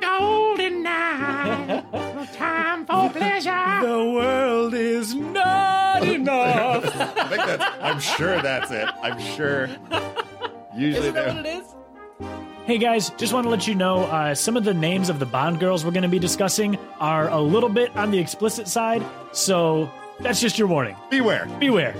golden night. No time for pleasure. The world is not enough. I think that's, I'm sure that's it. I'm sure. Usually, Isn't that they- what it is? hey guys, just want to let you know uh, some of the names of the Bond girls we're going to be discussing are a little bit on the explicit side, so that's just your warning. beware. Beware.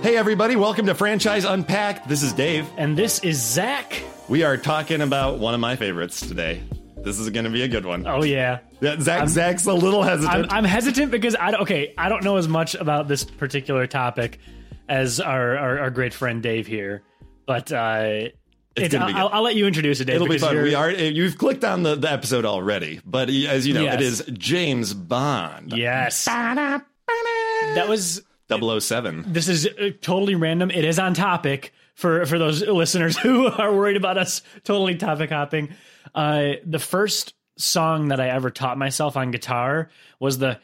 Hey, everybody, welcome to Franchise Unpacked. This is Dave. And this is Zach. We are talking about one of my favorites today. This is going to be a good one. Oh yeah. Yeah, Zach, Zach's a little I'm, hesitant. I'm hesitant because I don't- okay I don't know as much about this particular topic as our our, our great friend Dave here, but uh, it's, gonna be I'll, good. I'll let you introduce it, Dave. It'll be because fun. you're- We are. eh, You've clicked on the, the episode already, but as you know, it Yes. is James Bond, Yes, Ba-da, ba-da. that was 007. this is uh, totally random. It is on topic for for those listeners who are worried about us totally topic hopping. Uh, the first song that I ever taught myself on guitar was the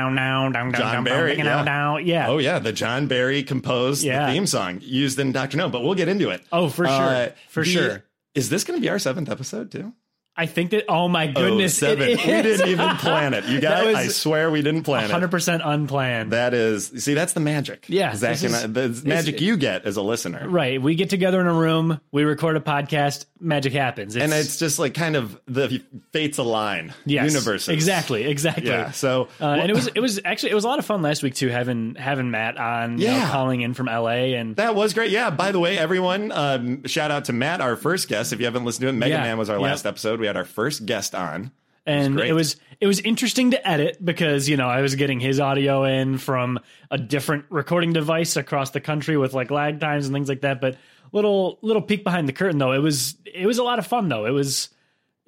John Barry, Yeah. Oh yeah, the John Barry composed Yeah. the theme song used in Doctor No, but we'll get into it. Oh, for sure. Uh, For the- sure. Is this going to be our seventh episode too? I think that. Oh my goodness! oh, it seven. We is. didn't even plan it. You That guys, was I swear we didn't plan hundred it. percent unplanned. That is, see, that's the magic. Yeah, Zach this and is- I, the magic you get as a listener. right. We get together in a room, we record a podcast, magic happens. It's, And it's just like kind of the fates align yes, universes. Exactly, exactly. Yeah. So, Uh, and it was it was actually it was a lot of fun last week too having having Matt on you know, Yeah. calling in from LA and That was great. Yeah. By the way, everyone, um, shout out to Matt, our first guest. If you haven't listened to it, Mega Yeah. Man was our Yep. last episode. We had our first guest on. and great. it was it was interesting to edit because you know I was getting his audio in from a different recording device across the country with like lag times and things like that. But little little peek behind the curtain though it was it was a lot of fun though it was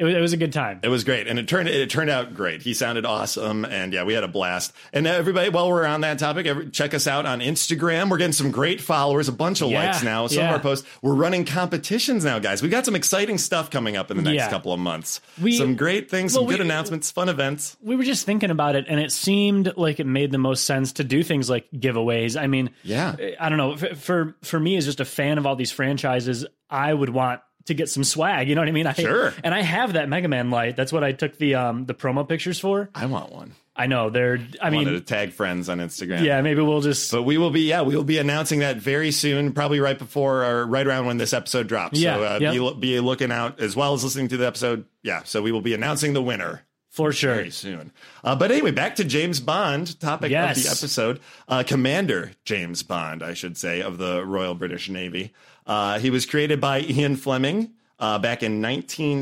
it was, it was a good time. It was great, and it turned it turned out great. He sounded awesome, and yeah, we had a blast. And everybody, while we're on that topic, every, check us out on Instagram. We're getting some great followers, a bunch of Yeah, likes now. Some yeah. of our posts. We're running competitions now, guys. We got some exciting stuff coming up in the next Yeah. couple of months. We- some great things, some well, good we- announcements, fun events. we were just thinking about it and it seemed like it made the most sense to do things like giveaways i mean Yeah. i don't know F- for for me as just a fan of all these franchises i would want to get some swag you know what i mean I, Sure. and i have that mega man light that's what i took the um the promo pictures for I want one. i know they're i I wanted to mean tag friends on Instagram. yeah maybe we'll just But we will be, yeah, we will be announcing that very soon, probably right before or right around when this episode drops. Yeah, so uh, yep. be, lo- be looking out as well as listening to the episode. Yeah, so we will be announcing the winner for sure very soon. Uh, but anyway, back to James Bond, topic of Yes. the episode. Uh, Commander James Bond, I should say, of the Royal British Navy. Uh, he was created by Ian Fleming. Uh, back in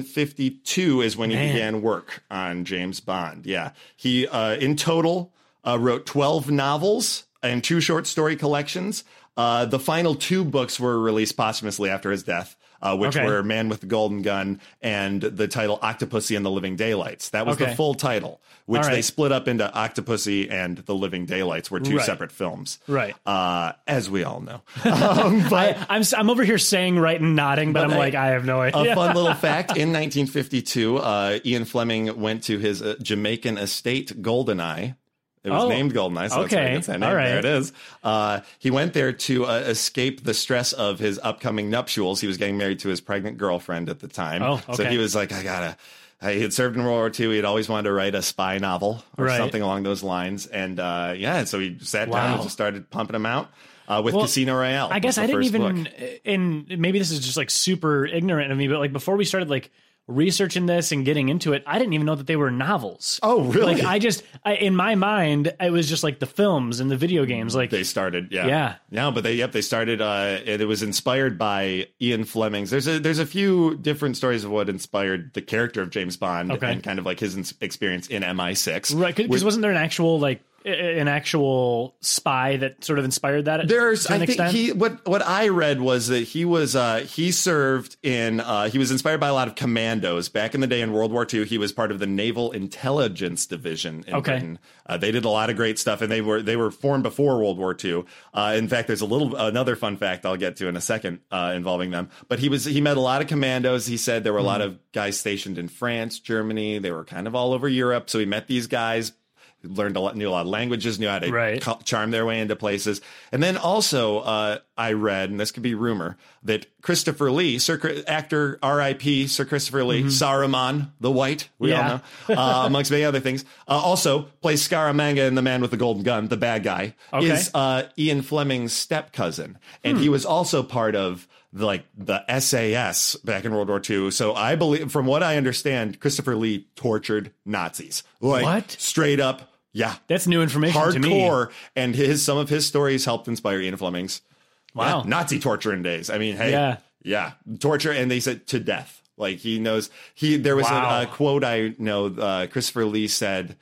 1952 is when he began work on James Bond. Yeah. He, uh, in total, uh, wrote 12 novels and two short story collections. Uh, the final two books were released posthumously after his death, uh, which Okay. were Man with the Golden Gun and the title Octopussy and the Living Daylights. That was the Okay. full title, which All right. they split up into Octopussy and The Living Daylights were two Right. separate films. Right. Uh, as we all know. Um, but I'm, s- I'm over here saying right and nodding but, i'm I- like i have no uh, a idea fun little fact in 1952, uh, Ian Fleming went to his uh, Jamaican estate, Goldeneye. It was Oh, named Goldeneye, so that's where he okay. gets that name. All right. There it is. Uh, he went there to uh, escape the stress of his upcoming nuptials. He was getting married to his pregnant girlfriend at the time. Oh, So okay. he was like, I gotta. I- He had served in World War II. He had always wanted to write a spy novel or Right. something along those lines. And uh, yeah, so he sat down and Wow. just started pumping them out uh, with Well, Casino Royale. I was guess the I didn't first book. even and maybe this is just like super ignorant of me, but like before we started like researching this and getting into it, I didn't even know that they were novels. Oh, really? Like I just I, in my mind, it was just like the films and the video games. Like they started yeah Yeah. no but they yep they started uh it, it was inspired by ian fleming's there's a there's a few different stories of what inspired the character of james bond Okay. and kind of like his ins- experience in mi6 right? Because Which- wasn't there an actual like a- a- an actual spy that sort of inspired that? there's to an i think extent? he what what i read was that he was uh he served in uh he was inspired by a lot of commandos back in the day in world war ii he was part of the naval intelligence division in Okay. britain uh, they did a lot of great stuff and they were they were formed before world war ii uh in fact there's a little another fun fact i'll get to in a second uh involving them but he was he met a lot of commandos he said there Hmm. were a lot of guys stationed in france germany they were kind of all over europe so he met these guys learned a lot, knew a lot of languages, knew how to Right. co- charm their way into places. And then also, uh, I read, and this could be rumor, that Christopher Lee, Sir, Chri- actor R.I.P. Sir Christopher Lee, Saruman the White, we Mm-hmm. Yeah. all know, uh, amongst many other things, uh, also plays Scaramanga in The Man with the Golden Gun, the bad guy, Okay. Hmm. is uh, Ian Fleming's step cousin, and he was also part of the, like the SAS back in World War II. So I believe, from what I understand, Christopher Lee tortured Nazis, like What? straight up, yeah, That's new information to me. hardcore. And his some of his stories helped inspire Ian Fleming's Wow. yeah, Nazi torture in days. I mean, hey, Yeah. yeah, torture, and they said to death. Like he knows he. There was Wow. a, uh quote I know. Uh, Christopher Lee said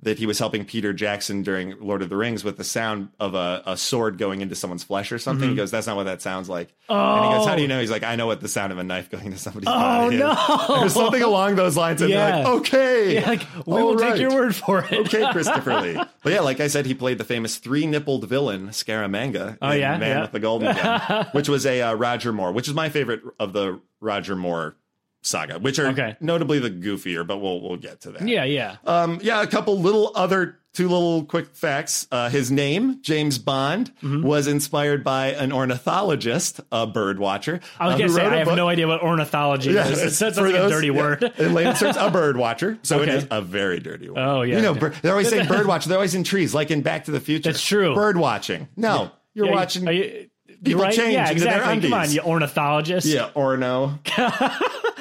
that he was helping Peter Jackson during Lord of the Rings with the sound of a, a sword going into someone's flesh or something. He Mm-hmm. goes, "That's not what that sounds like." And he goes, "How do you know?" He's like, "I know what the sound of a knife going into somebody's body is." Oh, no. Or something along those lines. And they're Yeah. like, "Okay, Yeah, like we all will right." take your word for it. okay, Christopher Lee. But yeah, like I said, he played the famous three nippled villain Scaramanga Oh, in yeah, Man yeah. with the Golden Gun, which was a uh, Roger Moore, which is my favorite of the Roger Moore saga, which are Okay. notably the goofier, but we'll we'll get to that. Yeah, yeah. Um, yeah, a couple little other two little quick facts. Uh, his name, James Bond, Mm-hmm. was inspired by an ornithologist, a bird watcher. I was uh, gonna who say wrote I a have book- no idea what ornithology is. It sounds for like a those- dirty yeah. word. In Lancers, a bird watcher. So Okay. it is a very dirty word. Oh, yeah, You know, yeah. bir- they're always saying bird watcher. They're always in trees, like in Back to the Future. That's true. Bird watching. No, you're Yeah, you- watching. are you- people right? change Yeah, into their exactly. Come on, undies. you ornithologist. yeah, orno.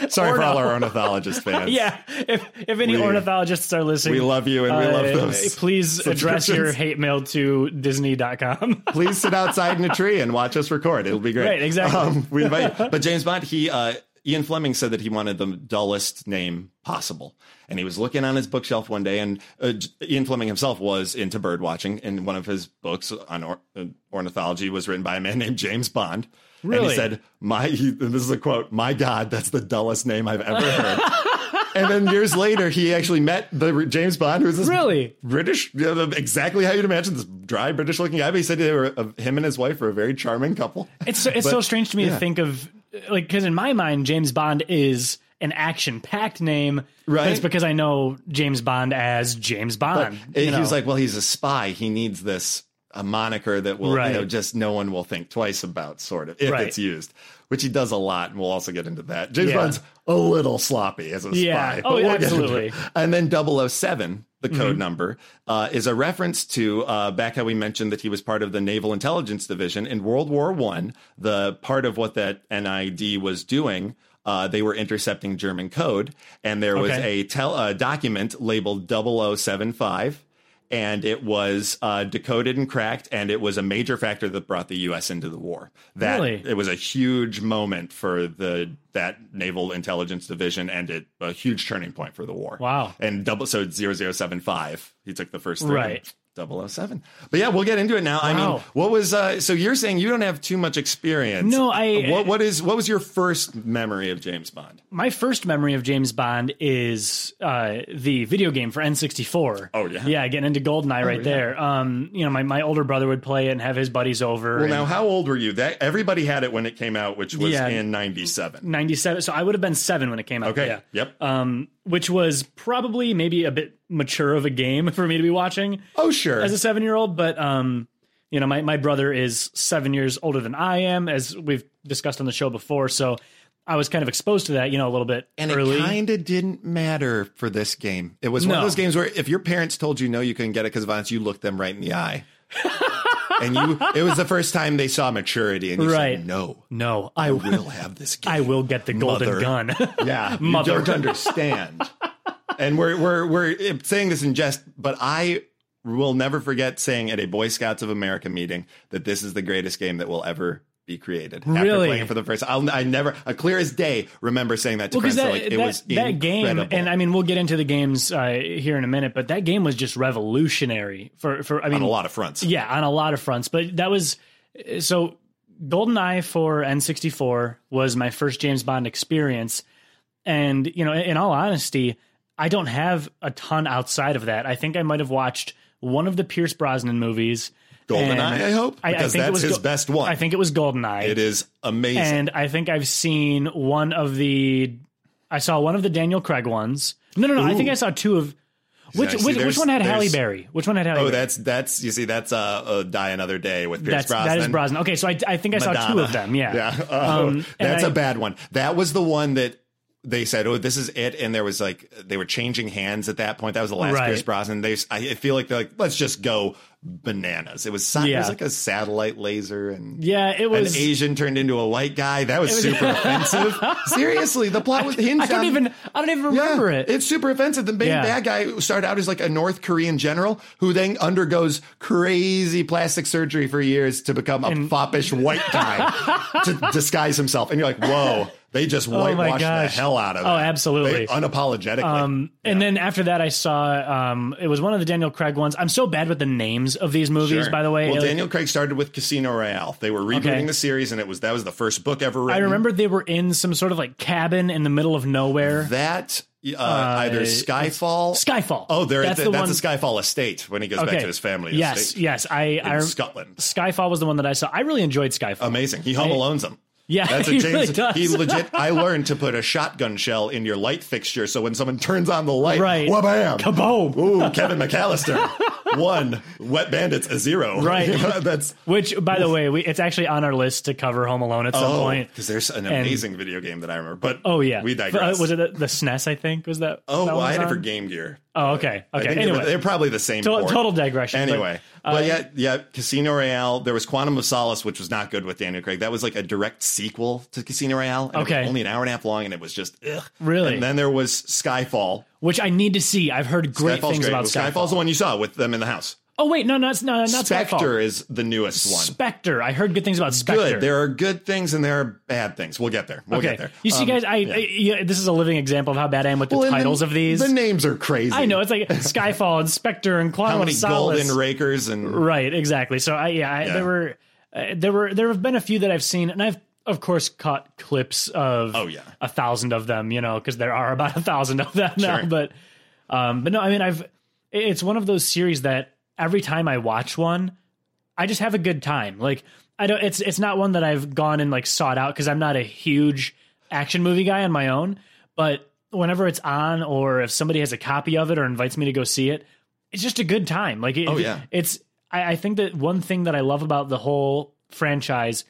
Sorry for Orno. all our ornithologist fans. Yeah, if if any We- ornithologists are listening, We love you and we love uh, those. Please address your subscriptions. hate mail to Disney.com. please sit outside in a tree and watch us record. It'll be great. Um, Right, exactly. we invite you. But James Bond, he uh, Ian Fleming said that he wanted the dullest name possible, and he was looking on his bookshelf one day, and uh, J- Ian Fleming himself was into bird watching, and one of his books on or- uh, ornithology was written by a man named James Bond. And Really? he said, "My," he, this is a quote. "My God, that's the dullest name I've ever heard." and then years later, he actually met the re- James Bond, who was this Really? British, yeah, the- exactly how you'd imagine this dry British looking guy. But he said they were, uh, him and his wife were a very charming couple. It's so, it's But- so strange to me to yeah. think of like because in my mind James Bond is an action packed name, but Right. It's because I know James Bond as James But Bond. he you know. was like, well, he's a spy. He needs this a moniker that will, Right. you know, just no one will think twice about, sort of, if Right. it's used, which he does a lot. And we'll also get into that. James Yeah. Bond's a little sloppy as a Yeah. spy. Oh, but get into absolutely. it. And then 007, the code Mm-hmm. number, uh, is a reference to uh, back how we mentioned that he was part of the Naval Intelligence Division in World War One. The part of what that NID was doing, uh, they were intercepting German code, and there was Okay. a tel- uh, document labeled 0075. And it was uh, decoded and cracked, and it was a major factor that brought the U.S. into the war. That Really? it was a huge moment for the that naval intelligence division and it a huge turning point for the war Wow. and double so 0075 he took the first three Right. 007 but yeah we'll get into it now i Wow. mean what was uh so you're saying you don't have too much experience Uh, No, I- what what is what was your first memory of james bond my first memory of James Bond is uh, the video game for N64. Oh, yeah. yeah, getting into Goldeneye right Oh, yeah. there. Um, you know, my, my older brother would play it and have his buddies over. well and- now how old were you that everybody had it when it came out which was Yeah. in 97 97 so i would have been seven when it came out okay yeah yep um which was probably maybe a bit mature of a game for me to be watching oh sure as a seven year old but um you know my, my brother is seven years older than i am as we've discussed on the show before so i was kind of exposed to that you know a little bit And early it kind of didn't matter for this game. It was one No. of those games where if your parents told you no, you couldn't get it because violence, you looked them right in the eye. and you, it was the first time they saw maturity, and you Right. said, "No, no I i will have this game. i will get the golden Mother. gun Yeah, you Mother. don't understand." and we're we're we're saying this in jest, but I will never forget saying at a Boy Scouts of America meeting that this is the greatest game that will ever be created. After Really? playing it for the first, I'll, I never, a clear as day, remember saying that to Well, because friends. that, so, like, it that, was that game, incredible. and I mean, we'll get into the games uh, here in a minute, but that game was just revolutionary for, for I mean, on a lot of fronts. Yeah, on a lot of fronts. But that was so GoldenEye for N64 was my first James Bond experience. And, you know, in all honesty, I don't have a ton outside of that. I think I might have watched one of the Pierce Brosnan movies. and- GoldenEye, I hope, I- I because think it that's was his Go- best one. I think it was GoldenEye. it is amazing. And I think I've seen one of the. I saw one of the Daniel Craig ones. No, no, no. I think I saw two of. Which Yeah, which, see, which there's- one had Halle there's- Berry? Which one had Halle Oh, Berry? that's that's you see that's uh, uh Die Another Day with Pierce that's Brosnan. that is Brosnan. Okay, so I, I think I saw two Madonna. of them. Yeah, Yeah. Oh, Um, and that's a I- bad one. That was the one that they said, "Oh, this is it," and there was like they were changing hands at that point. That was the last Right. Pierce Brosnan. They, I I feel like they're like, let's just go bananas. It was, si- it Yeah. was like a satellite laser and yeah. It an was. Asian turned into a white guy. That was, super offensive. Seriously, the plot was hinged. I don't on- even I don't even Yeah, remember it. It's super offensive. The main Yeah. bad guy started out as like a North Korean general who then undergoes crazy plastic surgery for years to become a foppish white guy to disguise himself. And you're like, whoa, they just Oh my whitewashed the gosh. hell out of it. Oh, absolutely. unapologetically. Um, and then after that, I saw um, it was one of the Daniel Craig ones. I'm so bad with the names of these movies, Sure. by the way. Well, Like, Daniel Craig started with Casino Royale. They were rebooting Okay. the series, and it was that was the first book ever written. I remember they were in some sort of like cabin in the middle of nowhere. that uh, either Skyfall, Skyfall. Oh, they're That's that's, the the, that's one- the Skyfall estate when he goes back to his family. Yes, estate yes. I, in I rem- Scotland. Skyfall was the one that I saw. I really enjoyed Skyfall. Amazing. He home alones them. Yeah, that's a he James. really does. He legit. I learned to put a shotgun shell in your light fixture, so when someone turns on the light, Right. wha-bam, Kaboom. Ooh, Kevin McAllister, one. Wet Bandits, a zero. Right. that's Which, by the way, we, it's actually on our list to cover Home Alone at some point. because there's an And- amazing video game that I remember. But Oh yeah, Oh, we But, uh, digress. was it the, the SNES? I think was that. oh, that well, one I had was it for on? Game Gear. Oh, okay, I okay. think they were- Anyway, they're probably the same. To- port. total digression. but, uh, Anyway, but, yeah, yeah, Casino Royale. There was Quantum of Solace, which was not good with Daniel Craig. That was like a direct sequel to Casino Royale. and it was Okay. only an hour and a half long, and it was just ugh. Really? And then there was Skyfall. which I need to see. I've heard great Skyfall's things great. about Well, Skyfall. Skyfall's the one you saw with them in the house. Oh wait, no, no, it's no, not Spectre Skyfall. is the newest one. Spectre. I heard good things about Spectre. Good. There are good things and there are bad things. We'll get there. We'll okay, get there. you see, Um, guys, I, I yeah, this is a living example of how bad I am with the well, and titles of these. The names are crazy. I know it's like Skyfall and Spectre and Quantum How many of Solace. golden rakers and Right, exactly. So I yeah, I, Yeah. there were uh, there were there have been a few that I've seen, and I've of course caught clips of Oh, yeah. a thousand of them, you know, because there are about a thousand of them now. Sure. But um, but no, I mean I've it- it's one of those series that every time I watch one, I just have a good time. Like I don't it's it's not one that I've gone and like sought out because I'm not a huge action movie guy on my own, but whenever it's on or if somebody has a copy of it or invites me to go see it, it's just a good time. Like it, Oh, yeah. it's I, I think that one thing that I love about the whole franchise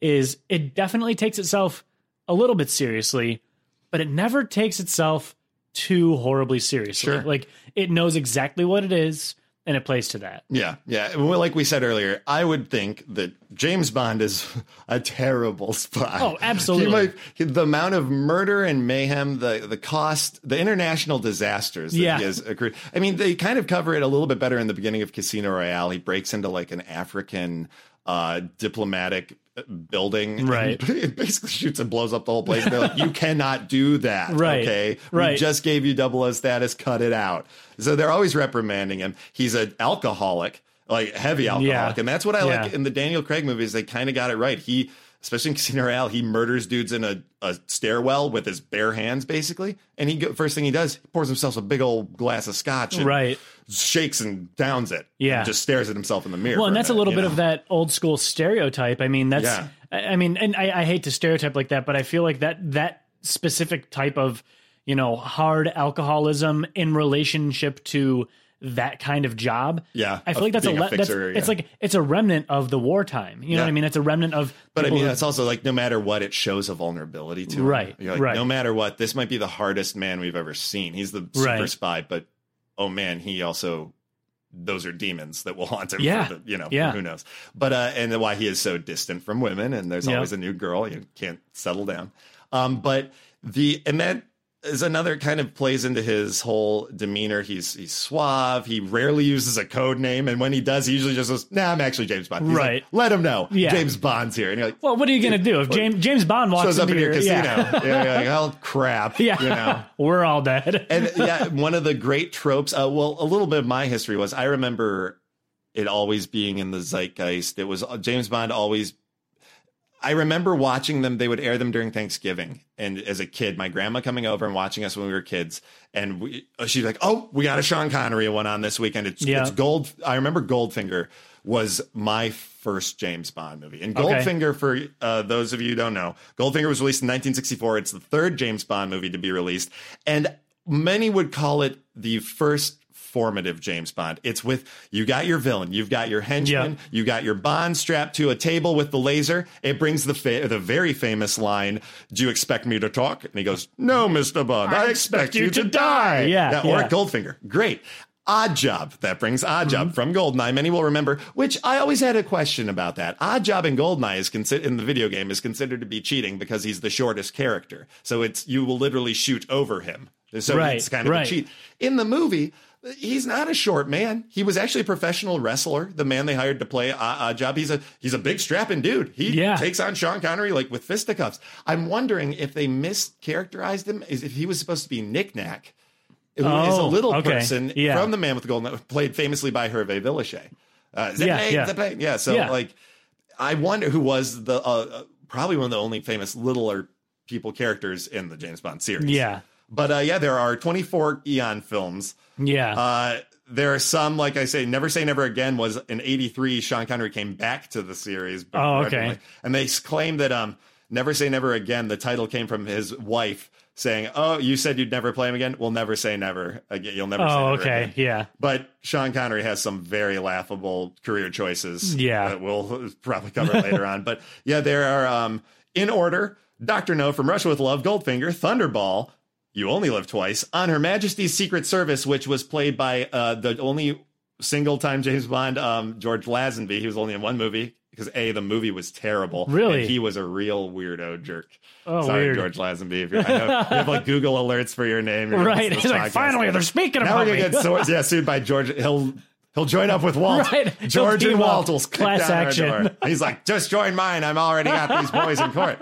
is it definitely takes itself a little bit seriously, but it never takes itself too horribly seriously. Sure. Like it knows exactly what it is and it plays to that. Yeah, yeah. Well, like we said earlier, I would think that James Bond is a terrible spy. Oh, absolutely. He might- he- the amount of murder and mayhem, the the cost, the international disasters that Yeah. he has accrued. I mean, they kind of cover it a little bit better in the beginning of Casino Royale. He breaks into like an African uh, diplomatic uh, building. Right. And it basically shoots and blows up the whole place. They're like, you cannot do that. Right, Okay. We right. just gave you double O status, cut it out. So they're always reprimanding him. He's an alcoholic, like heavy alcoholic. Yeah. And that's what I like Yeah. in the Daniel Craig movies. They kind of got it right. He, especially in Casino Royale, he murders dudes in a, a stairwell with his bare hands, basically. And he go- first thing he does, he pours himself a big old glass of scotch and Right. shakes and downs it. Yeah. And just stares at himself in the mirror. Well, for and that's a minute, little you bit know? of that old school stereotype. I mean, that's Yeah. I I mean, and I, I hate to stereotype like that, but I feel like that that specific type of you know hard alcoholism in relationship to that kind of job. Yeah, I feel of like that's a, being a le- that's, fixer, it's yeah. like it's a remnant of the wartime. You know what Yeah. I mean? It's a remnant of. But I people mean, who- it's also like no matter what, it shows a vulnerability to him. Right, You're like, right. No matter what, this might be the hardest man we've ever seen. He's the super Right. spy, but oh man, he also those are demons that will haunt him. Yeah. For the, you know, Yeah. who knows? But uh, and why he is so distant from women, and there's Yeah. always a new girl. You can't settle down. Um, but the and that is another kind of plays into his whole demeanor. He's he's suave. He rarely uses a code name, and when he does, he usually just goes, "Nah, I'm actually James Bond." He's like, Right. Let him know, Yeah. James Bond's here, and you're like, well, what are you going to do if James James Bond walks shows up into in your casino. Yeah, Yeah, you're like, oh crap. yeah. You know. we're all dead. And yeah, one of the great tropes. Uh, well, a little bit of my history was I remember it always being in the zeitgeist. It was uh, James Bond always. I remember watching them. They would air them during Thanksgiving, and as a kid, my grandma coming over and watching us when we were kids, and we, uh, she's like, "Oh, we got a Sean Connery one on this weekend. It's, Yeah. it's Gold." I remember Goldfinger was my first James Bond movie, and Okay. Goldfinger. Goldfinger, for uh, those of you who don't know, Goldfinger was released in 1964. It's the third James Bond movie to be released, and many would call it the first formative James Bond. It's with you got your villain, you've got your henchman, Yeah. you got your Bond strapped to a table with the laser. It brings the fa- the very famous line, "Do you expect me to talk?" And he goes, "No, Mister Bond, I, expect you to die." Yeah, that, yeah. or Goldfinger, great. Odd Job. That brings Odd Job Mm-hmm. from Goldeneye. Many will remember, which I always had a question about that. Odd Job in Goldeneye is considered in the video game is considered to be cheating because he's the shortest character. So it's you will literally shoot over him. So Right, it's kind of right. a cheat. In the movie, he's not a short man. He was actually a professional wrestler. The man they hired to play Odd Job. He's a he's a big strapping dude. He Yeah. takes on Sean Connery like with fisticuffs. I'm wondering if they mischaracterized him. Is if he was supposed to be knickknack who is a Oh, little okay. person Yeah. from the Man with the Golden, played famously by Hervé Villachet. Uh, Yeah, Zeppelin, yeah. Zeppelin. yeah. So Yeah. like, I wonder who was the uh, uh, probably one of the only famous littler people characters in the James Bond series. Yeah. But uh, yeah, there are 24 Eon films. Yeah. Uh, there are some, like I say, Never Say Never Again was in '83. Sean Connery came back to the series. Oh, okay. begrudgingly. And they s- claim that um, Never Say Never Again, the title came from his wife saying, "Oh, you said you'd never play him again. We'll never say never again. You'll never." say oh, never okay. again." Yeah. But Sean Connery has some very laughable career choices. Yeah. that we'll probably cover later on. But yeah, there are um, in order: Doctor No from Russia with Love, Goldfinger, Thunderball. You only live twice on Her Majesty's Secret Service, which was played by uh, the only single time James Bond, um, George Lazenby. He was only in one movie because a the movie was terrible. Really? and he was a real weirdo jerk. Oh, Sorry, weird. George Lazenby. If you're, I know, you have like Google alerts for your name, You're Right. listening to It's this like, podcast. finally, they're speaking Now we're about gonna me. get so, yeah, sued by George. He'll he'll join up with Walt. Right. He'll George team and Walt up. will kick Class down our action. door. He's like, just join mine. I'm already got these boys in court.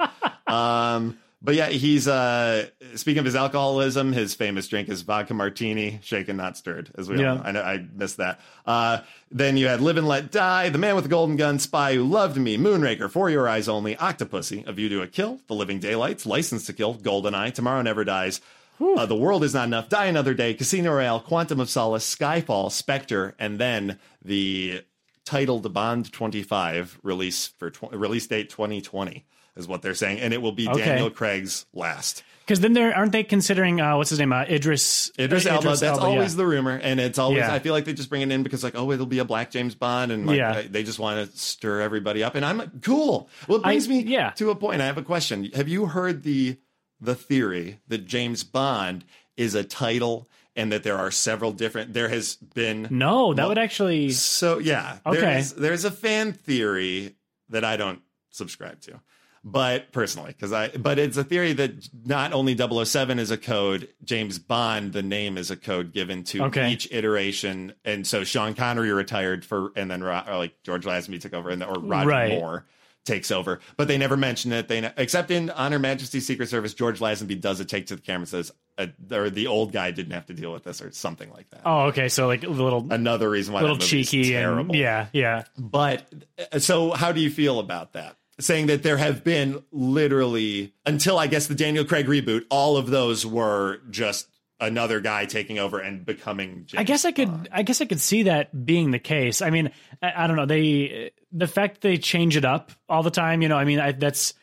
Um, but yeah, he's uh, speaking of his alcoholism. His famous drink is vodka martini, shaken not stirred. As we Yeah. all know, I know I missed that. Uh, then you had Live and Let Die, The Man with the Golden Gun, Spy Who Loved Me, Moonraker, For Your Eyes Only, Octopussy, A View to a Kill, The Living Daylights, License to Kill, Goldeneye, Tomorrow Never Dies. Uh, the world is not enough. Die another day. Casino Royale, Quantum of Solace, Skyfall, Spectre, and then the titled Bond 25 release for tw- release date 2020 is what they're saying, and it will be Okay. Daniel Craig's last. Because then there aren't they considering uh, what's his name? Uh, Idris. Idris uh, Elba. that's Elba, always yeah. the rumor, and it's always. Yeah. I feel like they just bring it in because like, oh, it'll be a black James Bond, and like, Yeah. I- they just want to stir everybody up. And I'm like, cool. Well, it I- brings me yeah. to a point. I have a question. Have you heard the the theory that James Bond is a title? And that there are several different. There has been No, that Well, would actually. so yeah, Okay. there's there's a fan theory that I don't subscribe to, but personally, because I but it's a theory that not only 007 is a code, James Bond the name is a code given to Okay. each iteration, and so Sean Connery retired for, and then Ro- or like George Lazenby took over, and then- or Roger Right. Moore takes over, but they never mention it. They ne- except in Honor Majesty's Secret Service, George Lazenby does a take to the camera and says. Uh, or the old guy didn't have to deal with this, or something like that. Oh, okay. So like a little, Another reason why little that movie's cheeky terrible. and yeah, yeah. But uh, so, how do you feel about that? Saying that there have been literally until I guess the Daniel Craig reboot, all of those were just another guy taking over and becoming. James I guess I could. I guess I could see that being the case. I mean, I, I don't know. They the fact they change it up all the time. You know, I mean, I, that's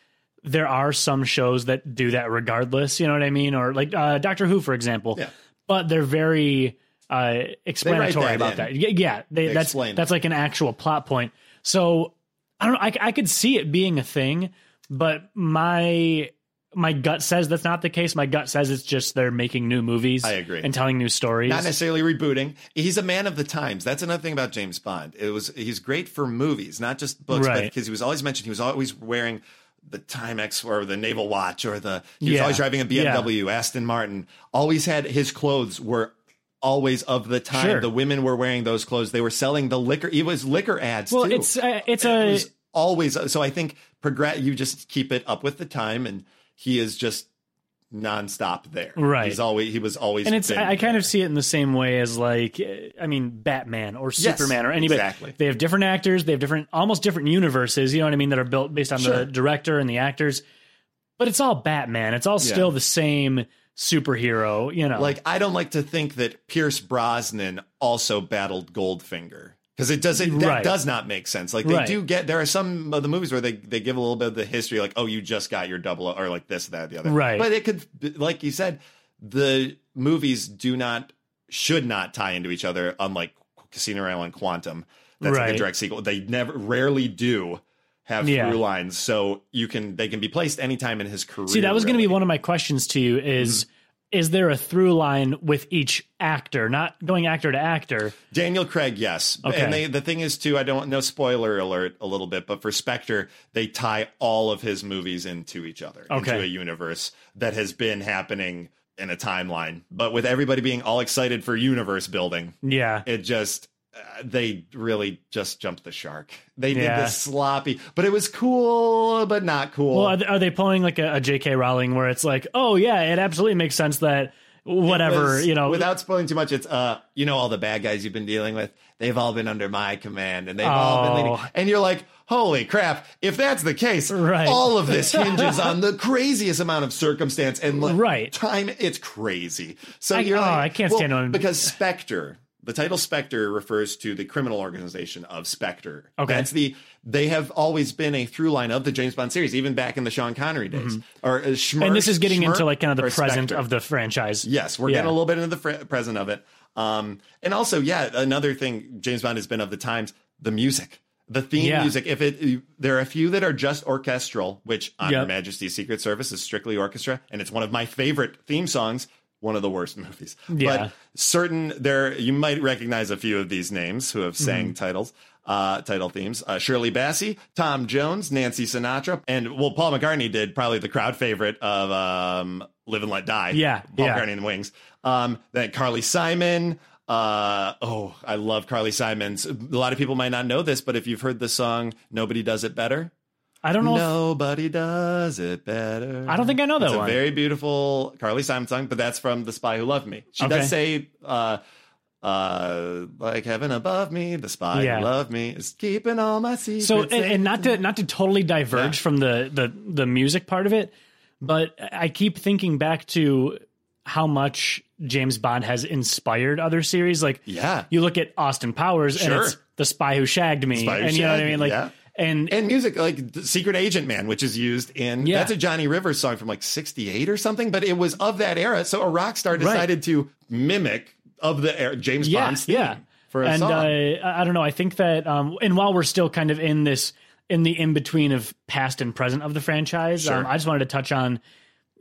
there are some shows that do that regardless. You know what I mean? Or like uh, Doctor Who, for example. Yeah. But they're very uh, explanatory that about in. that. Y- Yeah, they, They that's explain that's that. like an actual plot point. So I don't know. I, I could see it being a thing, but my my gut says that's not the case. My gut says it's just they're making new movies. I agree. and telling new stories. Not necessarily rebooting. He's a man of the times. That's another thing about James Bond. It was he's great for movies, not just books, but Right. because he was always mentioned, he was always wearing the Timex or the Naval Watch or the he was Yeah. always driving a BMW, Aston Martin. Always had his clothes were always of the time. Sure. The women were wearing those clothes. They were selling the liquor. It was liquor ads. Well, too. it's uh, it's It a was always so. I think progress. You just keep it up with the time, and he is just nonstop there. Right. He's always he was always and it's been I, I kind there. of see it in the same way as like uh, I mean Batman or Yes, Superman or anybody. exactly. They have different actors, they have different almost different universes. You know what I mean? That are built based on Sure. the director and the actors, but it's all Batman. It's all Yeah. still the same superhero. You know, Like I don't like to think that Pierce Brosnan also battled Goldfinger because it doesn't that Right. does not make sense. Like they Right. do get there are some of the movies where they they give a little bit of the history, like oh you just got your double or like this that the other, Right. But it could like you said, the movies do not should not tie into each other, unlike Casino Royale and Quantum. That's like Right. a direct sequel. They never, rarely do have Yeah. through lines, so you can they can be placed anytime in his career. See, that was going to be really. Mm-hmm. one of my questions to you is is there a through line with each actor, not going actor to actor? Daniel Craig, yes. Okay. And they, the thing is, too, I don't know, spoiler alert a little bit, but for Spectre, they tie all of his movies into each other, into Okay. a universe that has been happening in a timeline. But with everybody being all excited for universe building, Yeah. it just, uh, they really just jumped the shark. They Yeah. did this sloppy, but it was cool, but not cool. Well, are they, are they pulling like a, a J.K. Rowling where it's like, oh yeah, it absolutely makes sense that whatever was- you know, Without spoiling too much, it's uh, you know, all the bad guys you've been dealing with, they've all been under my command, and they've all been leading. Oh. And you're like, holy crap! If that's the case, Right. all of this hinges on the craziest amount of circumstance and like, Right. time. It's crazy. So I- you're oh, like, I can't well, stand on- because Spectre. The title Spectre refers to the criminal organization of Spectre. Okay. That's the they have always been a through line of the James Bond series, even back in the Sean Connery days. Or uh, Schmir- Mm-hmm. and this is getting into Schmir- like kind of or the present Spectre. of the franchise. Yes, we're Yeah. getting a little bit into the fr- present of it. Um, and also, yeah, another thing James Bond has been of the times: the music, the theme Yeah. music. If it, there are a few that are just orchestral, which on Her Yep. Majesty's Secret Service is strictly orchestra, and it's one of my favorite theme songs. One of the worst movies, Yeah. but certain there you might recognize a few of these names who have sang Mm-hmm. titles, uh, title themes. Uh, Shirley Bassey, Tom Jones, Nancy Sinatra, and well, Paul McCartney did probably the crowd favorite of um, "Live and Let Die." Yeah, Paul yeah. McCartney and the Wings. Um, then Carly Simon. Uh, oh, I love Carly Simon's. A lot of people might not know this, but if you've heard the song "Nobody Does It Better," I don't know. if- nobody does it better. I don't think I know that it's one. A very beautiful Carly Simon song, but that's from "The Spy Who Loved Me." She Okay. does say, uh, uh, "Like heaven above me, the spy Yeah. who loved me is keeping all my secrets." so and, and not to not to totally diverge Yeah. from the, the the music part of it but i keep thinking back to how much james bond has inspired other series like Yeah. you look at austin powers and Sure. it's the spy who shagged me Spy Who and you know what i Shagged mean like Me, yeah. and, and music like the Secret Agent Man, which is used in Yeah. that's a Johnny Rivers song from like '68 or something, but it was of that era. So a rock star decided to mimic of the era, James yeah Bond's theme yeah for a and song. Uh, I- i don't know i think that um and while we're still kind of in this in the in between of past and present of the franchise um, Sure. i just wanted to touch on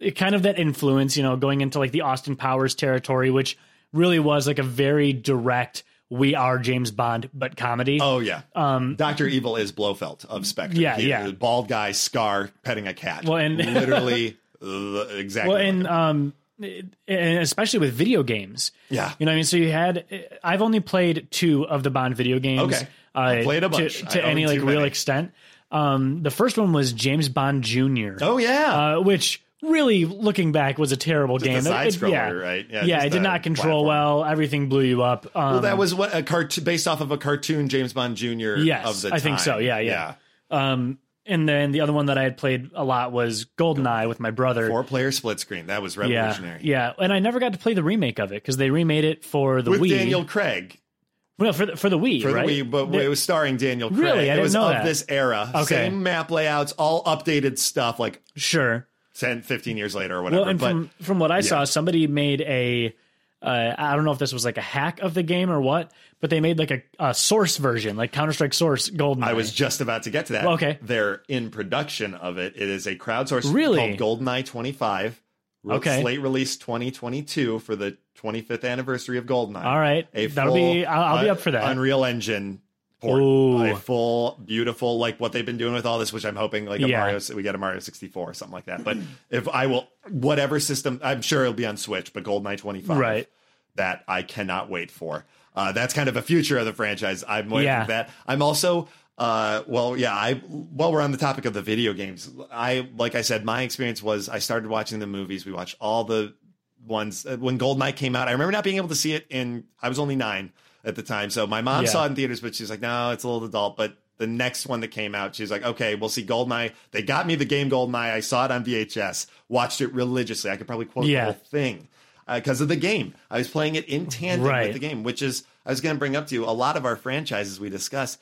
it kind of that influence, you know, going into like the Austin Powers territory, which really was like a very direct "We are James Bond" but comedy. Oh yeah, um, Doctor Evil is Blofeld of Spectre. Yeah, He- yeah. Bald guy, scar, petting a cat. Well, and- literally, the- exactly. well, like and it. um, it- and especially with video games. Yeah. you know, what I mean, so you had I've only played two of the Bond video games. Uh, Okay. I played a bunch. to, I to own any too like real many. extent. Um, the first one was James Bond Junior. oh yeah, uh, which really looking back was a terrible game. the It- side-scroller, yeah. right? Yeah, Yeah, just it did the not control platform. well. Everything blew you up. Um, well, that was what a cartoon based off of a cartoon James Bond Jr. Yes, of the I think time. so. Yeah, yeah. Um, and then the other one that I had played a lot was Goldeneye with my brother. Four player split screen. That was yeah, revolutionary. yeah, and I never got to play the remake of it because they remade it for the With Wii. Daniel Craig well, for the, for the Wii, for right? the Wii, but They- it was starring Daniel Craig. Really? I it didn't was know of that. this era. Okay. Same map layouts, all updated stuff like sure. 10, 15 years later or whatever. Well, and but from from what I saw, somebody made a. Uh, I don't know if this was like a hack of the game or what, but they made like a, a source version, like Counter Strike Source Goldeneye. I was just about to get to that. Well, okay. They're in production of it. It is a crowdsourced Really? called GoldenEye 25. Re- Okay. Slate release 2022 for the 25th anniversary of GoldenEye. all right. A That'll be. full, I'll, I'll be uh, up for that. Unreal Engine port. Ooh. A full, beautiful, like what they've been doing with all this, which I'm hoping like a Yeah. Mario, we get a Mario 64 or something like that. But if I will, whatever system, I'm sure it'll be on Switch, but GoldenEye 25. Right. That I cannot wait for. Uh, that's kind of a future of the franchise. I'm waiting Yeah. for that. I'm also, uh, well, yeah. I while we're on the topic of the video games, I like I said, my experience was I started watching the movies. We watched all the ones uh, when Goldeneye came out. I remember not being able to see it in. I was only nine at the time, so my mom Yeah. saw it in theaters, but she's like, "No, it's a little adult." But the next one that came out, she's like, "Okay, we'll see Goldeneye." They got me the game Goldeneye. I saw it on VHS, watched it religiously. I could probably quote Yeah. the whole thing because of the game. I was playing it in tandem Right. with the game, which is I was going to bring up to you. A lot of our franchises we discuss,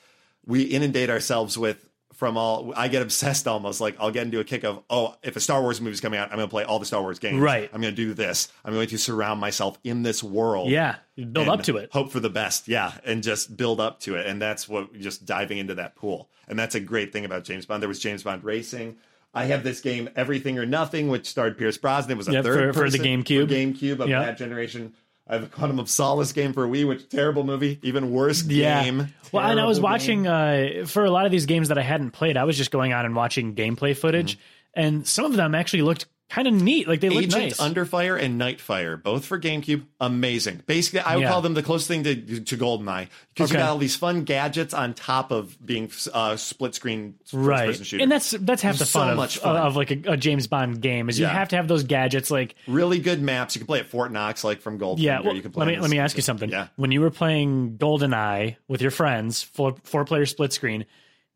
we inundate ourselves with from all I get obsessed almost like I'll get into a kick of oh if a Star Wars movie's coming out I'm going to play all the Star Wars games Right. I'm going to do this I'm going to surround myself in this world Yeah, you build and up to it. hope for the best yeah and just build up to it and that's what just diving into that pool and that's a great thing about James Bond there was James Bond Racing I have this game Everything or Nothing which starred Pierce Brosnan it was a Yep, third for- for the person- GameCube. GameCube of Yeah. that generation I have a Quantum of Solace game for Wii which terrible movie even worse Yeah. game Well, and I was Terrible game. watching uh, for a lot of these games that I hadn't played. I was just going on and watching gameplay footage, Mm-hmm. and some of them actually looked kind of neat. Like they looked Agent nice. Underfire and Nightfire, both for GameCube, amazing. Basically, I would Yeah. call them the closest thing to, to GoldenEye because you Okay. got all these fun gadgets on top of being uh, split screen first person right, shooter. and that's that's half the So fun, of, much fun. of like a, a James Bond game is Yeah. you have to have those gadgets. Like, really good maps. You can play at Fort Knox, like from Goldfinger. yeah. Well, you can play let me on let me this- ask you something. Yeah. When you were playing GoldenEye with your friends, four four player split screen,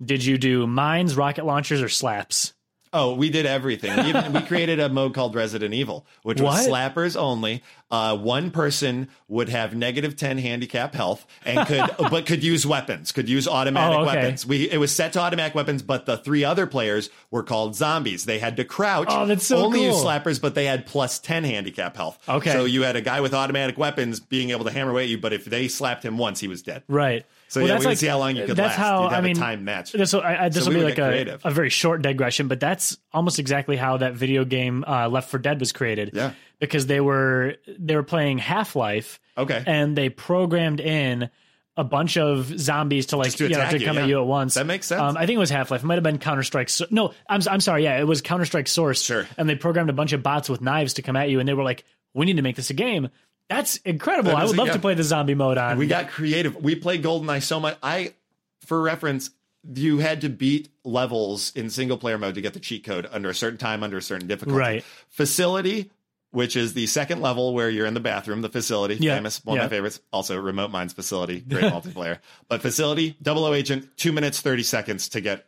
did you do mines, rocket launchers, or slaps? Oh, we did everything. Even we created a mode called Resident Evil, which was What? slappers only. Uh, one person would have negative ten handicap health and could, but could use weapons, could use automatic Oh, okay. weapons. We it was set to automatic weapons, but the three other players were called zombies. They had to crouch. Oh, that's so only use cool. slappers, but they had plus ten handicap health. Okay. so you had a guy with automatic weapons being able to hammer away at you, but if they slapped him once, he was dead. Right. So, yeah, we would see how long you could that's last. How, You'd have I a mean, time match. This will, I, I, this So will we be would like get a, creative. a very short digression, but that's almost exactly how that video game uh, Left for Dead was created. Yeah. Because they were they were playing Half Life. Okay. And they programmed in a bunch of zombies to like to you know, attack to you, come yeah. at you at once. That makes sense. Um, I think it was Half Life. It might have been Counter Strike. So, no, I'm I'm sorry. Yeah, it was Counter Strike Source. Sure. And they programmed a bunch of bots with knives to come at you, and they were like, "We need to make this a game." That's incredible. That I is would a- love yeah. to play the zombie mode on. We got creative. We played GoldenEye so much. I, for reference, you had to beat levels in single player mode to get the cheat code under a certain time, under a certain difficulty. Right. Facility, which is the second level where you're in the bathroom, the facility, Yeah. famous, one Yeah. of my favorites. Also, Remote Minds Facility, great multiplayer. But Facility, Double O Agent, two minutes thirty seconds to get,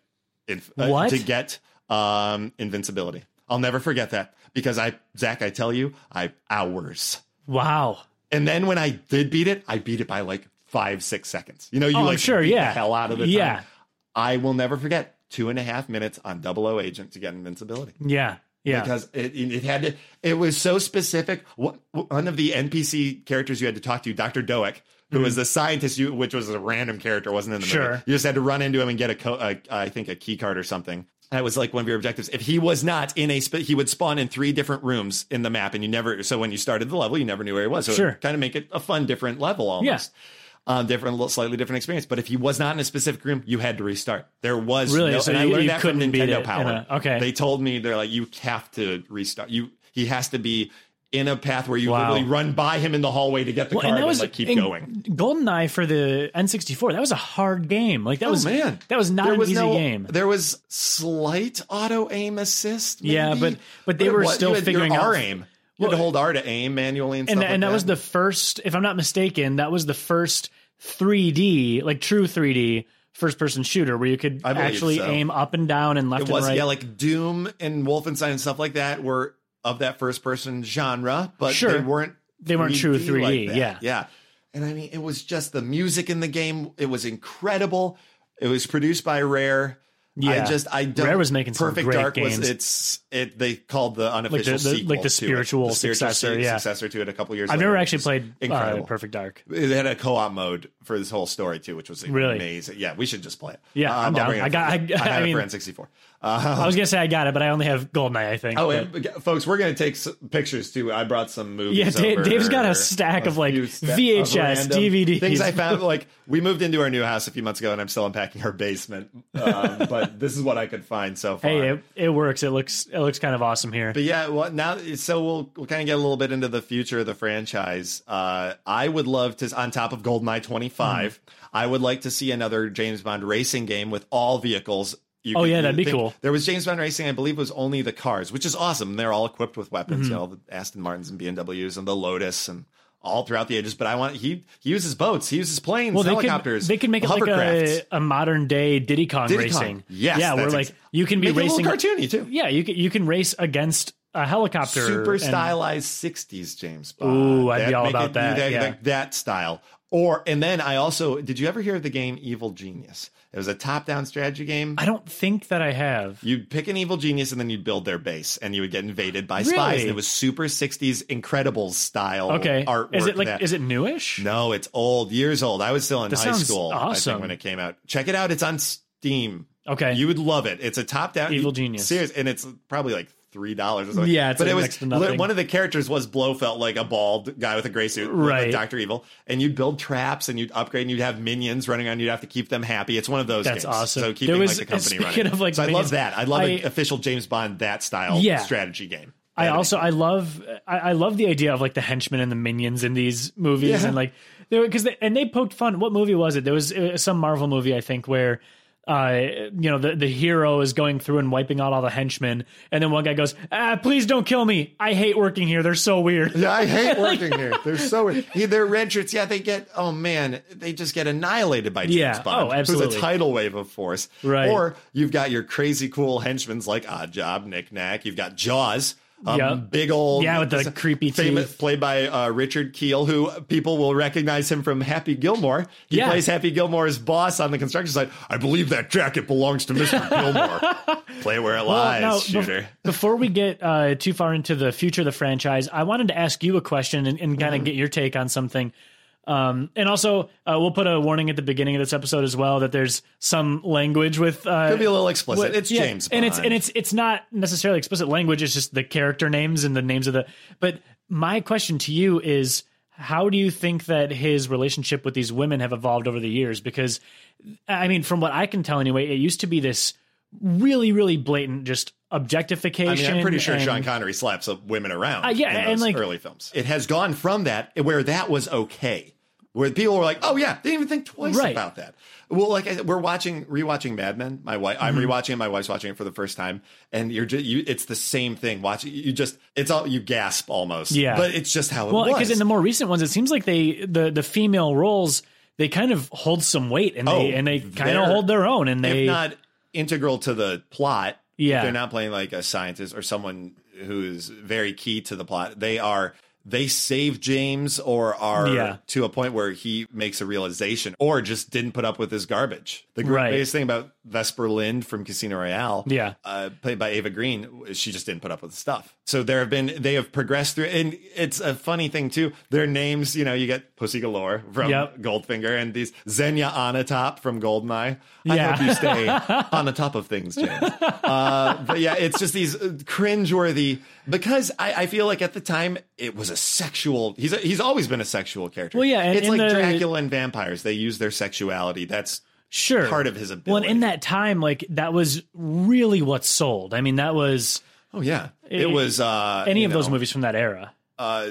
inf- uh, What? to get um, invincibility. I'll never forget that because I, Zach, I tell you, I hours. wow. And then when I did beat it, I beat it by like five, six seconds. You know, you Oh, I'm like sure, beat yeah. the hell out of the Yeah. time. I will never forget two and a half minutes on Double O Agent to get invincibility Yeah. Yeah. because it, it it had to. It was so specific. Wh- One of the NPC characters you had to talk to, Doctor Doek, who was the scientist, you which was a random character, wasn't in the movie. Mm-hmm. Sure. You just had to run into him and get a, co- a I think a key card or something. That was like one of your objectives. If he was not in a, sp- he would spawn in three different rooms in the map, and you never. So when you started the level, you never knew where he was. So Sure. kind of make it a fun, different level almost. Um, different, little- slightly different experience. But if he was not in a specific room, you had to restart. There was Really? no, So and I you- learned you that from couldn't beat it Nintendo in Power. a- okay. they they told me they're like you have to restart you he has to be in a path where you Wow. literally run by him in the hallway to get the Well, card and, like keep and going Goldeneye for the N64. That was a hard game. Like that was Oh, man That was not There an easy no- game. there was slight auto aim assist Yeah, maybe, but- but they it were was- still you had your figuring out- R aim you had to hold R to aim manually and, and stuff and like that was the first, if I'm not mistaken, that was the first 3D, like true 3D first person shooter where you could I believe actually so. aim up and down and left it was and right. yeah like Doom and Wolfenstein and stuff like that were of that first person genre but Sure. they weren't They weren't true 3D, that. yeah. yeah and I mean it was just the music in the game it was incredible it was produced by Rare Yeah. I just I don't Rare was making some Perfect great Dark was games. it's it they called the unofficial the- sequel like the to it. spiritual the spiritual successor, se- yeah. successor to it a couple years I've later. never It actually was played uh, incredible Perfect Dark. they had a co-op mode for this whole story too, which was Really? amazing. Yeah, we should just play it. Um, Yeah, I'm I'll down. bring it I got- up. I- I have it mean- for N64. Uh, I was gonna say I got it, but I only have Goldeneye. I think. oh, But- and uh, folks, we're gonna take s pictures too. I brought some movies. Yeah, Dave- over, Dave's got a stack of, like, few sta- VHS, random DVDs. things. I found like we moved into our new house a few months ago, and I'm still unpacking our basement. Um, but this is what I could find so far. hey, it, it works. It looks it looks kind of awesome here. But yeah, well, now so we'll we'll kind of get a little bit into the future of the franchise. Uh, I would love to, on top of GoldenEye 25, Mm-hmm. I would like to see another James Bond racing game with all vehicles. You Oh, could- yeah, you that'd be think- cool. There was James Bond Racing, I believe, was only the cars, which is awesome. They're all equipped with weapons, Mm-hmm. you know, the Aston Martins and BMWs and the Lotus and all throughout the ages. But I want he he uses boats, he uses planes, Well, they helicopters, could they could make it like hovercrafts. a, a modern day Diddy Kong Diddy Kong. racing. Yes, yeah, where that's like ex- you can be make racing. it a little cartoony too. Yeah, you can you can race against a helicopter. super and- stylized 60s James Bond. Ooh, I'd be all make about it- that, That, yeah. that- that style. Or and then I also did you ever hear of the game Evil Genius? It was a top-down strategy game. I don't think that I have. You'd pick an evil genius and then you'd build their base, and you would get invaded by spies. Really? And it was super '60s Incredibles style Okay. artwork. Is it like that- is it newish? No, it's old, years old. I was still in That high sounds school. I awesome. think when it came out. Check it out. It's on Steam. Okay. You would love it. It's a top down Evil Genius. Serious, and it's probably like three dollars or something. Yeah, it's but like it was next to nothing. one one of the characters was Blofeld, like a bald guy with a gray suit, Right. Doctor Evil, and you'd build traps and you'd upgrade and you'd have minions running around. You'd have to keep them happy. It's one of those. That's games. awesome. So There keeping was- like the company speaking running. of, like, so I minions, love that. I love an I- official James Bond that style Yeah. strategy game. I That'd be also I love I, I love the idea of like the henchmen and the minions in these movies Yeah. and like they were because they and they poked fun. What movie was it? There was uh, some Marvel movie I think where uh you know the the hero is going through and wiping out all the henchmen and then one guy goes ah please don't kill me I hate working here they're so weird Yeah, I hate working here. They're so weird. Yeah, Their red shirts, yeah, they get oh man, they just get annihilated by James Yeah. Bond. Oh, Who's absolutely. a tidal wave of force. Right. Or you've got your crazy cool henchmen like Odd Job, Knick Knack. You've got Jaws. Um, Yep. Big old Yeah, with the this- creepy famous, teeth. played by uh, Richard Keel, who people will recognize him from Happy Gilmore. He Yeah. plays Happy Gilmore's boss on the construction site. I believe that jacket belongs to Mister Gilmore. Play where it Well, lies, now, bef- shooter. before we get uh, too far into the future of the franchise, I wanted to ask you a question and, and kind of get your take on something. Um, and also, uh, we'll put a warning at the beginning of this episode as well that there's some language with. Uh, Could be a little explicit. what- it's yeah, James Bond. and it's and it's it's not necessarily explicit language. It's just the character names and the names of the. But my question to you is, how do you think that his relationship with these women have evolved over the years? Because, I mean, from what I can tell anyway, it used to be this really, really blatant just I objectification. mean, I'm pretty sure and- Sean Connery slaps up women around. Uh, yeah, in and, those like- early films, it has gone from that where that was okay, where people were like, "Oh yeah," they didn't even think twice Right. about that. Well, like I, we're watching rewatching Mad Men. My wife, I'm rewatching it. My wife's watching it for the first time, and you're just, you, it's the same thing. Watching you just it's all you gasp almost. Yeah. but it's just how it Well, was. because in the more recent ones, it seems like they the the female roles they kind of hold some weight and they Oh, and they kind they're- of hold their own and they if not integral to the plot, Yeah. if they're not playing like a scientist or someone who is very key to the plot. They are they save James or are Yeah. to a point where he makes a realization or just didn't put up with his garbage. The great Right. biggest thing about Vesper Lind from Casino Royale, Yeah. uh, played by Ava Green, she just didn't put up with the stuff. So there have been they have progressed through, and it's a funny thing too. Their names, you know, you get Pussy Galore from Yep. Goldfinger and these Xenia Onatop from Goldeneye. I Yeah. hope you stay on the top of things, James. Uh, but yeah, it's just these uh, cringeworthy because I, I feel like at the time it was a sexual. He's a, he's always been a sexual character. Well, yeah, and it's in like the- Dracula and vampires. They use their sexuality. That's sure part of his Well, and ability. in that time, like that was really what sold. I mean, that was oh yeah, it, was uh, any you of those know, movies from that era. uh,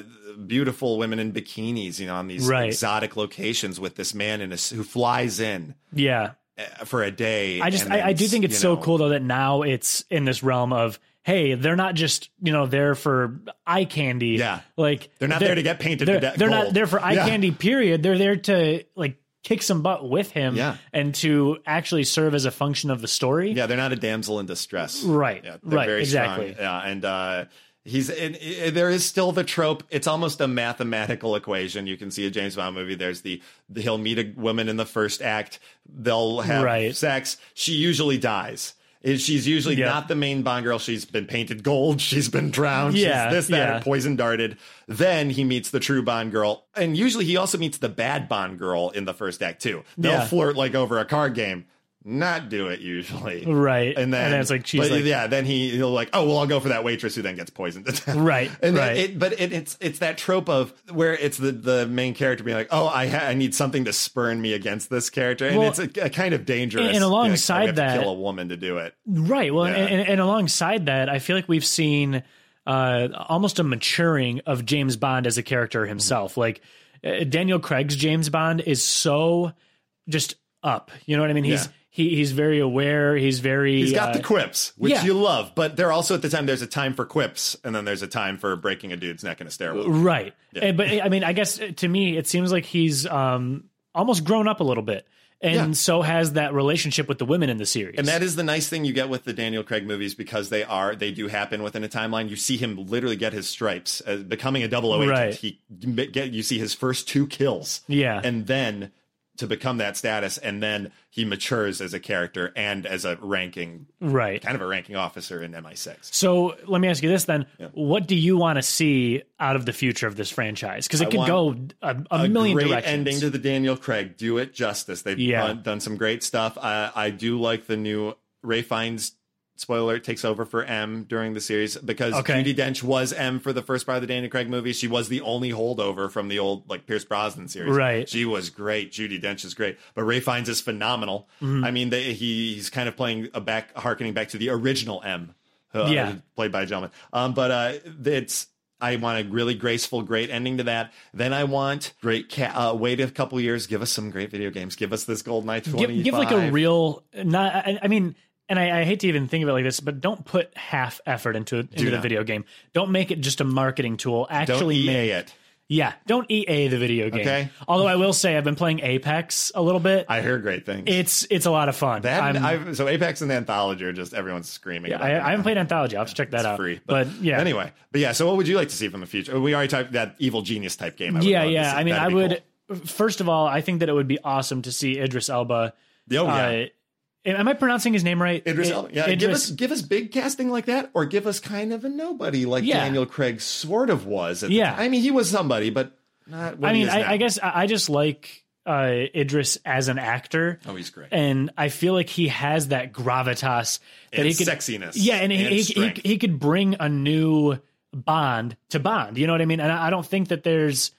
beautiful women in bikinis, you know, on these Right. exotic locations with this man in a, s- who flies in Yeah, uh, for a day. I just and I, then, I do think it's you so know, cool though that now it's in this realm of hey, they're not just you know there for eye candy. Yeah. like They're not there to get painted They're, to death they're not gold. there for eye Yeah. candy. Period. They're there to like kick some butt with him. Yeah. and to actually serve as a function of the story. Yeah, they're not a damsel in distress. Right, Yeah, they're right, very exactly. Strong. Yeah, and uh, he's and, uh, there is still the trope. It's almost a mathematical equation. You can see a James Bond movie. There's the, the he'll meet a woman in the first act. They'll have Right. sex. She usually dies. And She's usually Yeah. not the main Bond girl. She's been painted gold. She's been drowned. Yeah, she's this, that, yeah. and poison darted. Then he meets the true Bond girl, and usually he also meets the bad Bond girl in the first act too. They'll Yeah. flirt like over a card game, not do it usually Right. and then, And then it's like, she's but like- yeah then he he'll like oh well i'll go for that waitress who then gets poisoned to death. Right, and right. It, but it, it's it's that trope of where it's the the main character being like oh i ha- i need something to spurn me against this character and Well, it's a, a kind of dangerous and- and You're like, oh, we alongside have to that- kill a woman to do it Right. Well, Yeah. and, and, and alongside that, I feel like we've seen uh, almost a maturing of James Bond as a character himself. Like uh, Daniel Craig's James Bond is so just up. You know what I mean? He's Yeah. he, he's very aware. He's very He's got uh, the quips, which yeah. you love, but they're also at the time there's a time for quips, and then there's a time for breaking a dude's neck in a stairwell. Right. And- but I mean, I guess uh, to me, it seems like he's um, almost grown up a little bit. And Yeah. so has that relationship with the women in the series. And that is the nice thing you get with the Daniel Craig movies because they are they do happen within a timeline. You see him literally get his stripes as becoming a double O agent. Right. He get you see his first two kills. Yeah. and then to become that status, and then he matures as a character and as a ranking, Right. kind of a ranking officer in MI6. So let me ask you this then: What do you want to see out of the future of this franchise? Because it could go want a, a, million great directions. ending to the Daniel Craig. Do it justice. They've Yeah. done, done some great stuff. I, I do like the new Ray Fiennes. Spoiler alert, takes over for M during the series because Okay. Judy Dench was M for the first part of the Daniel Craig movie. She was the only holdover from the old like Pierce Brosnan series. Right. She was great. Judy Dench is great, but Ray Fiennes is phenomenal. Mm-hmm. I mean, they, he, he's kind of playing a back, harkening back to the original M, uh, Yeah. played by a gentleman. Um, but uh, it's I want a really graceful, great ending to that. Then I want great. Ca- uh, wait a couple years, give us some great video games. Give us this Golden Eye twenty give, five. give like a real not i, I mean and I, I hate to even think of it like this but don't put half effort into into the not. video game don't make it just a marketing tool don't actually make, EA it. yeah don't ea the video game Okay. although i will say i've been playing apex a little bit I heard great things. it's it's a lot of fun that, I'm- I've, so Apex and the Anthology are just everyone's screaming. about I, them. I haven't played anthology i'll have to check that It's out free, but, yeah Anyway, but yeah. So what would you like to see from the future? We already typed that evil genius type game. I would yeah love to yeah see. i mean That'd i be would first of all i think that it would be awesome to see idris elba Cool. Oh yeah. am i pronouncing his name right Idris uh, I- Elba. Yeah, give Idris- us give us big casting like that, or give us kind of a nobody like Yeah. Daniel Craig sort of was. At the Yeah. time. I mean he was somebody, but not. What I he mean, is now. I, I guess I I just like uh, Idris as an actor, Oh, he's great. and I feel like he has that gravitas that And he could sexiness Yeah, and, and he, he, strength. he he could bring a new Bond to Bond. You know what I mean? And I, I don't think that there's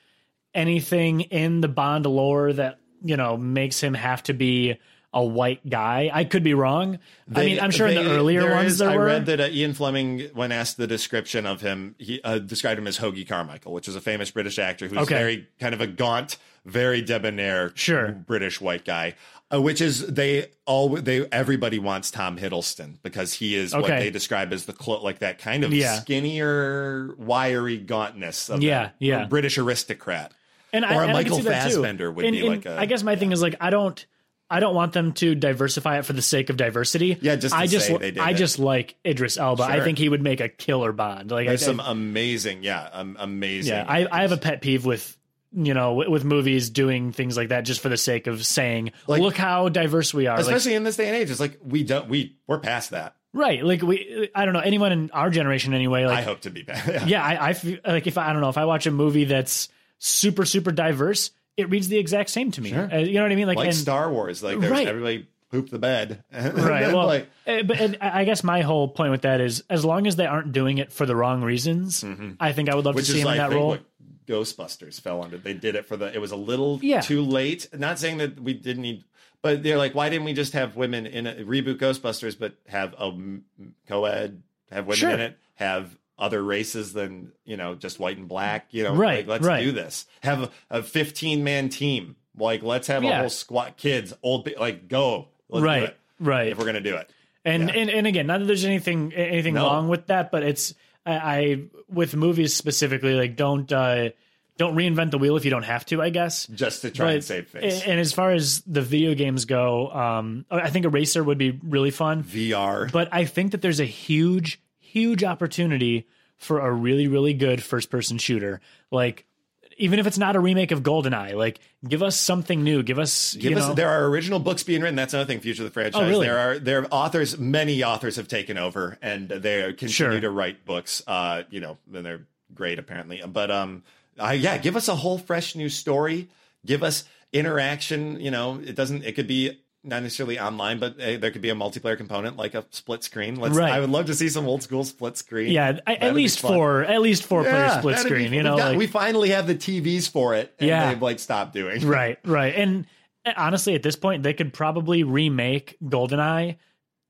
anything in the Bond lore that you know makes him have to be a white guy. I could be wrong. I They- mean, I'm sure in they- the earlier there ones is- there I were. read that uh, Ian Fleming, when asked the description of him, he uh, described him as Hoagie Carmichael, which is a famous British actor who's Okay. very kind of a gaunt, very debonair, Sure. British white guy. Uh, which is they all they everybody wants Tom Hiddleston because he is what Okay. they describe as the clo- like that kind of Yeah. skinnier, wiry gauntness of Yeah, that yeah. British aristocrat. and I, Or a and I Michael could see that too. Fassbender would And- be and like a- I guess my thing is like I don't. I don't want them to diversify it for the sake of diversity. Yeah, just to I just say they did I it. just like Idris Elba. I Sure. think he would make a killer Bond. Like I, There's some I, amazing, yeah, um, amazing. yeah, I, I have a pet peeve with you know with, with movies doing things like that just for the sake of saying Like- look how diverse we are. Like, especially in this day and age, it's like we don't we we're past that. right, like we I don't know anyone in our generation anyway. Like I hope to be back. Yeah. yeah, I, I feel like if I, I don't know if I watch a movie that's super super diverse, it reads the exact same to me. Uh, you know what I mean? Like, Like and, Star Wars, like there's Right. everybody pooped the bed. And right then, well like, eh, but and I I guess my whole point with that is as long as they aren't doing it for the wrong reasons I think I would love Mm-hmm. which to see is him like in I that think role what Ghostbusters fell under. They did it for the. It was a little Yeah. too late. Not saying that we didn't need, but they're like, why didn't we just have women in a reboot Ghostbusters, but have a m- co-ed, have women Sure. in it, have other races than you know just white and black. You know, Right, Like, let's right. do this. Have a 15 man team. Like let's have Yeah. a whole squad, kids, old, pe- like go. Let's do right it. right If we're gonna do it. and, yeah. and and again not that there's anything anything No. wrong with that but it's I, I with movies specifically like don't uh don't reinvent the wheel if you don't have to I guess just to try and But- save face. a- and as far as the video games go um I think Eraser would be really fun VR. but I think that there's a huge, huge opportunity for a really, really good first person shooter. Like, even if it's not a remake of GoldenEye, like, give us something new. Give us, Give you us, know, there are original books being written. That's another thing. Future of the franchise. Oh, really? There are there are authors. Many authors have taken over, and they continue Sure. to write books. Uh, you know, and they're great apparently. But um, I, yeah, give us a whole fresh new story. Give us interaction. You know, it doesn't. It could be not necessarily online, but uh, there could be a multiplayer component like a split screen. Let's, Right. I would love to see some old school split screen. yeah, I, That would at be least fun. four, at least four player Yeah, split that'd be screen, fun. you know, We've got- like, we finally have the TVs for it. And Yeah. they've like stopped doing. right, right. And uh, honestly, at this point, they could probably remake GoldenEye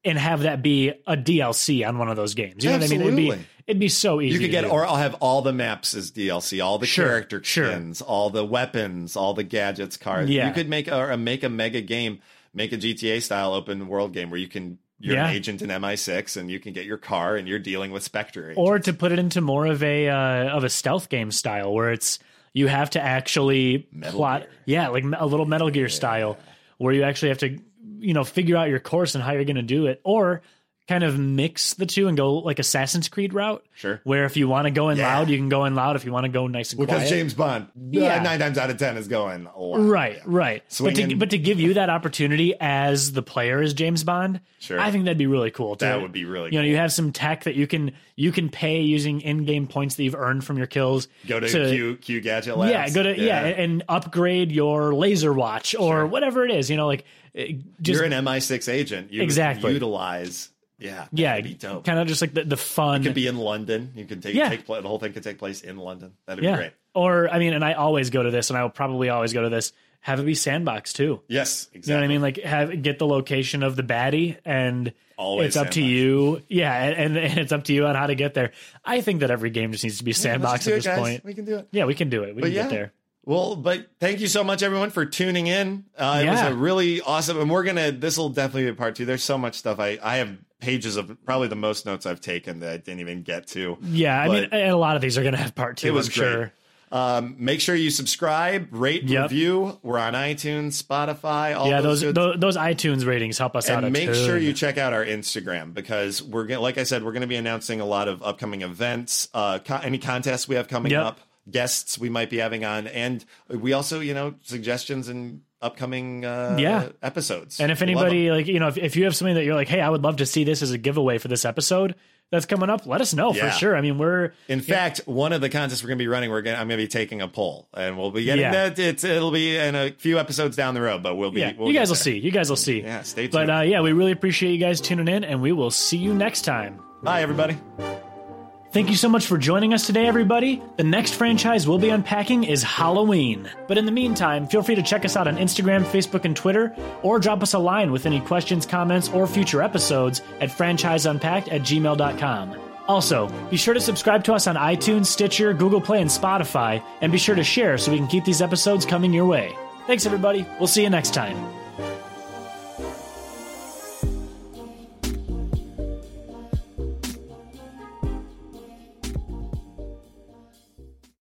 and have that be a DLC on one of those games. You know what I mean? It'd be, Absolutely. it'd be so easy. You could to get, do. or I'll have all the maps as DLC, all the Sure, character sure. skins, all the weapons, all the gadgets, cards. Yeah. You could make a, or make a mega game, make a GTA style open world game where you can you're Yeah. an agent in MI6 and you can get your car and you're dealing with Spectre. agents. or to put it into more of a uh, of a stealth game style where it's you have to actually Metal plot Gear. yeah like a little metal gear style where you actually have to you know figure out your course and how you're going to do it or kind of mix the two and go like Assassin's Creed route. Sure. Where if you want to go in Yeah. loud, you can go in loud. If you want to go nice and because quiet. James Bond, Yeah. uh, nine times out of ten, is going loud. Right, right. But to, Swinging. but to give you that opportunity as the player as James Bond, Sure. I think that'd be really cool. Too. That would be really You know, you cool. have some tech that you can you can pay using in-game points that you've earned from your kills. Go to, Q Q Gadget Labs. yeah, go to yeah. and upgrade your laser watch or whatever it is. You know, like it- just You're an MI6 agent. You Exactly. utilize. Yeah, that'd yeah, be dope. kind of just like the the fun. It could be in London. You can take Yeah. take pla- the whole thing could take place in London. That'd yeah. be great. Or I mean, and I always go to this, and I will probably always go to this. Have it be sandbox too. Yes, You know what I exactly. mean? Like have get the location of the baddie and Always it's up to sandbox. you. Yeah, and, and it's up to you on how to get there. I think that every game just needs to be Let's sandbox do at it, this guys. point. We can do it. Yeah, we can do it. We But can yeah. get there. Well, but thank you so much, everyone, for tuning in. Uh, It was Yeah. a really awesome, and we're gonna. This will definitely be part two. There's so much stuff. I I have pages of probably the most notes I've taken that I didn't even get to. Yeah, I mean But- and a lot of these are gonna have part two, It was I'm sure. great. Um, make sure you subscribe, rate, Yep. review. We're on iTunes, Spotify, all Yeah, those, those good those, those iTunes ratings help us out. a and make ton. sure you check out our Instagram because we're gonna, like I said, we're going to be announcing a lot of upcoming events, uh, co- any contests we have coming Yep. up, guests we might be having on, and we also, you know, suggestions and upcoming uh, Yeah. episodes. And if We love 'em. anybody like you know, if, if you have something that you're like, hey, I would love to see this as a giveaway for this episode that's coming up, let us know Yeah. for sure. I mean, we're In fact, one of the contests we're going to be running, we're going to, I'm going to be taking a poll, and we'll be getting Yeah. that. It's it'll be in a few episodes down the road, but we'll be. yeah, we'll you get guys will there. see. You guys will see. Yeah, stay But tuned. uh, yeah, we really appreciate you guys tuning in, and we will see you next time. Bye, everybody. Thank you so much for joining us today, everybody. The next franchise we'll be unpacking is Halloween. But in the meantime, feel free to check us out on Instagram, Facebook, and Twitter, or drop us a line with any questions, comments, or future episodes at franchiseunpacked at gmail.com. Also, be sure to subscribe to us on iTunes, Stitcher, Google Play, and Spotify, and be sure to share so we can keep these episodes coming your way. Thanks, everybody. We'll see you next time.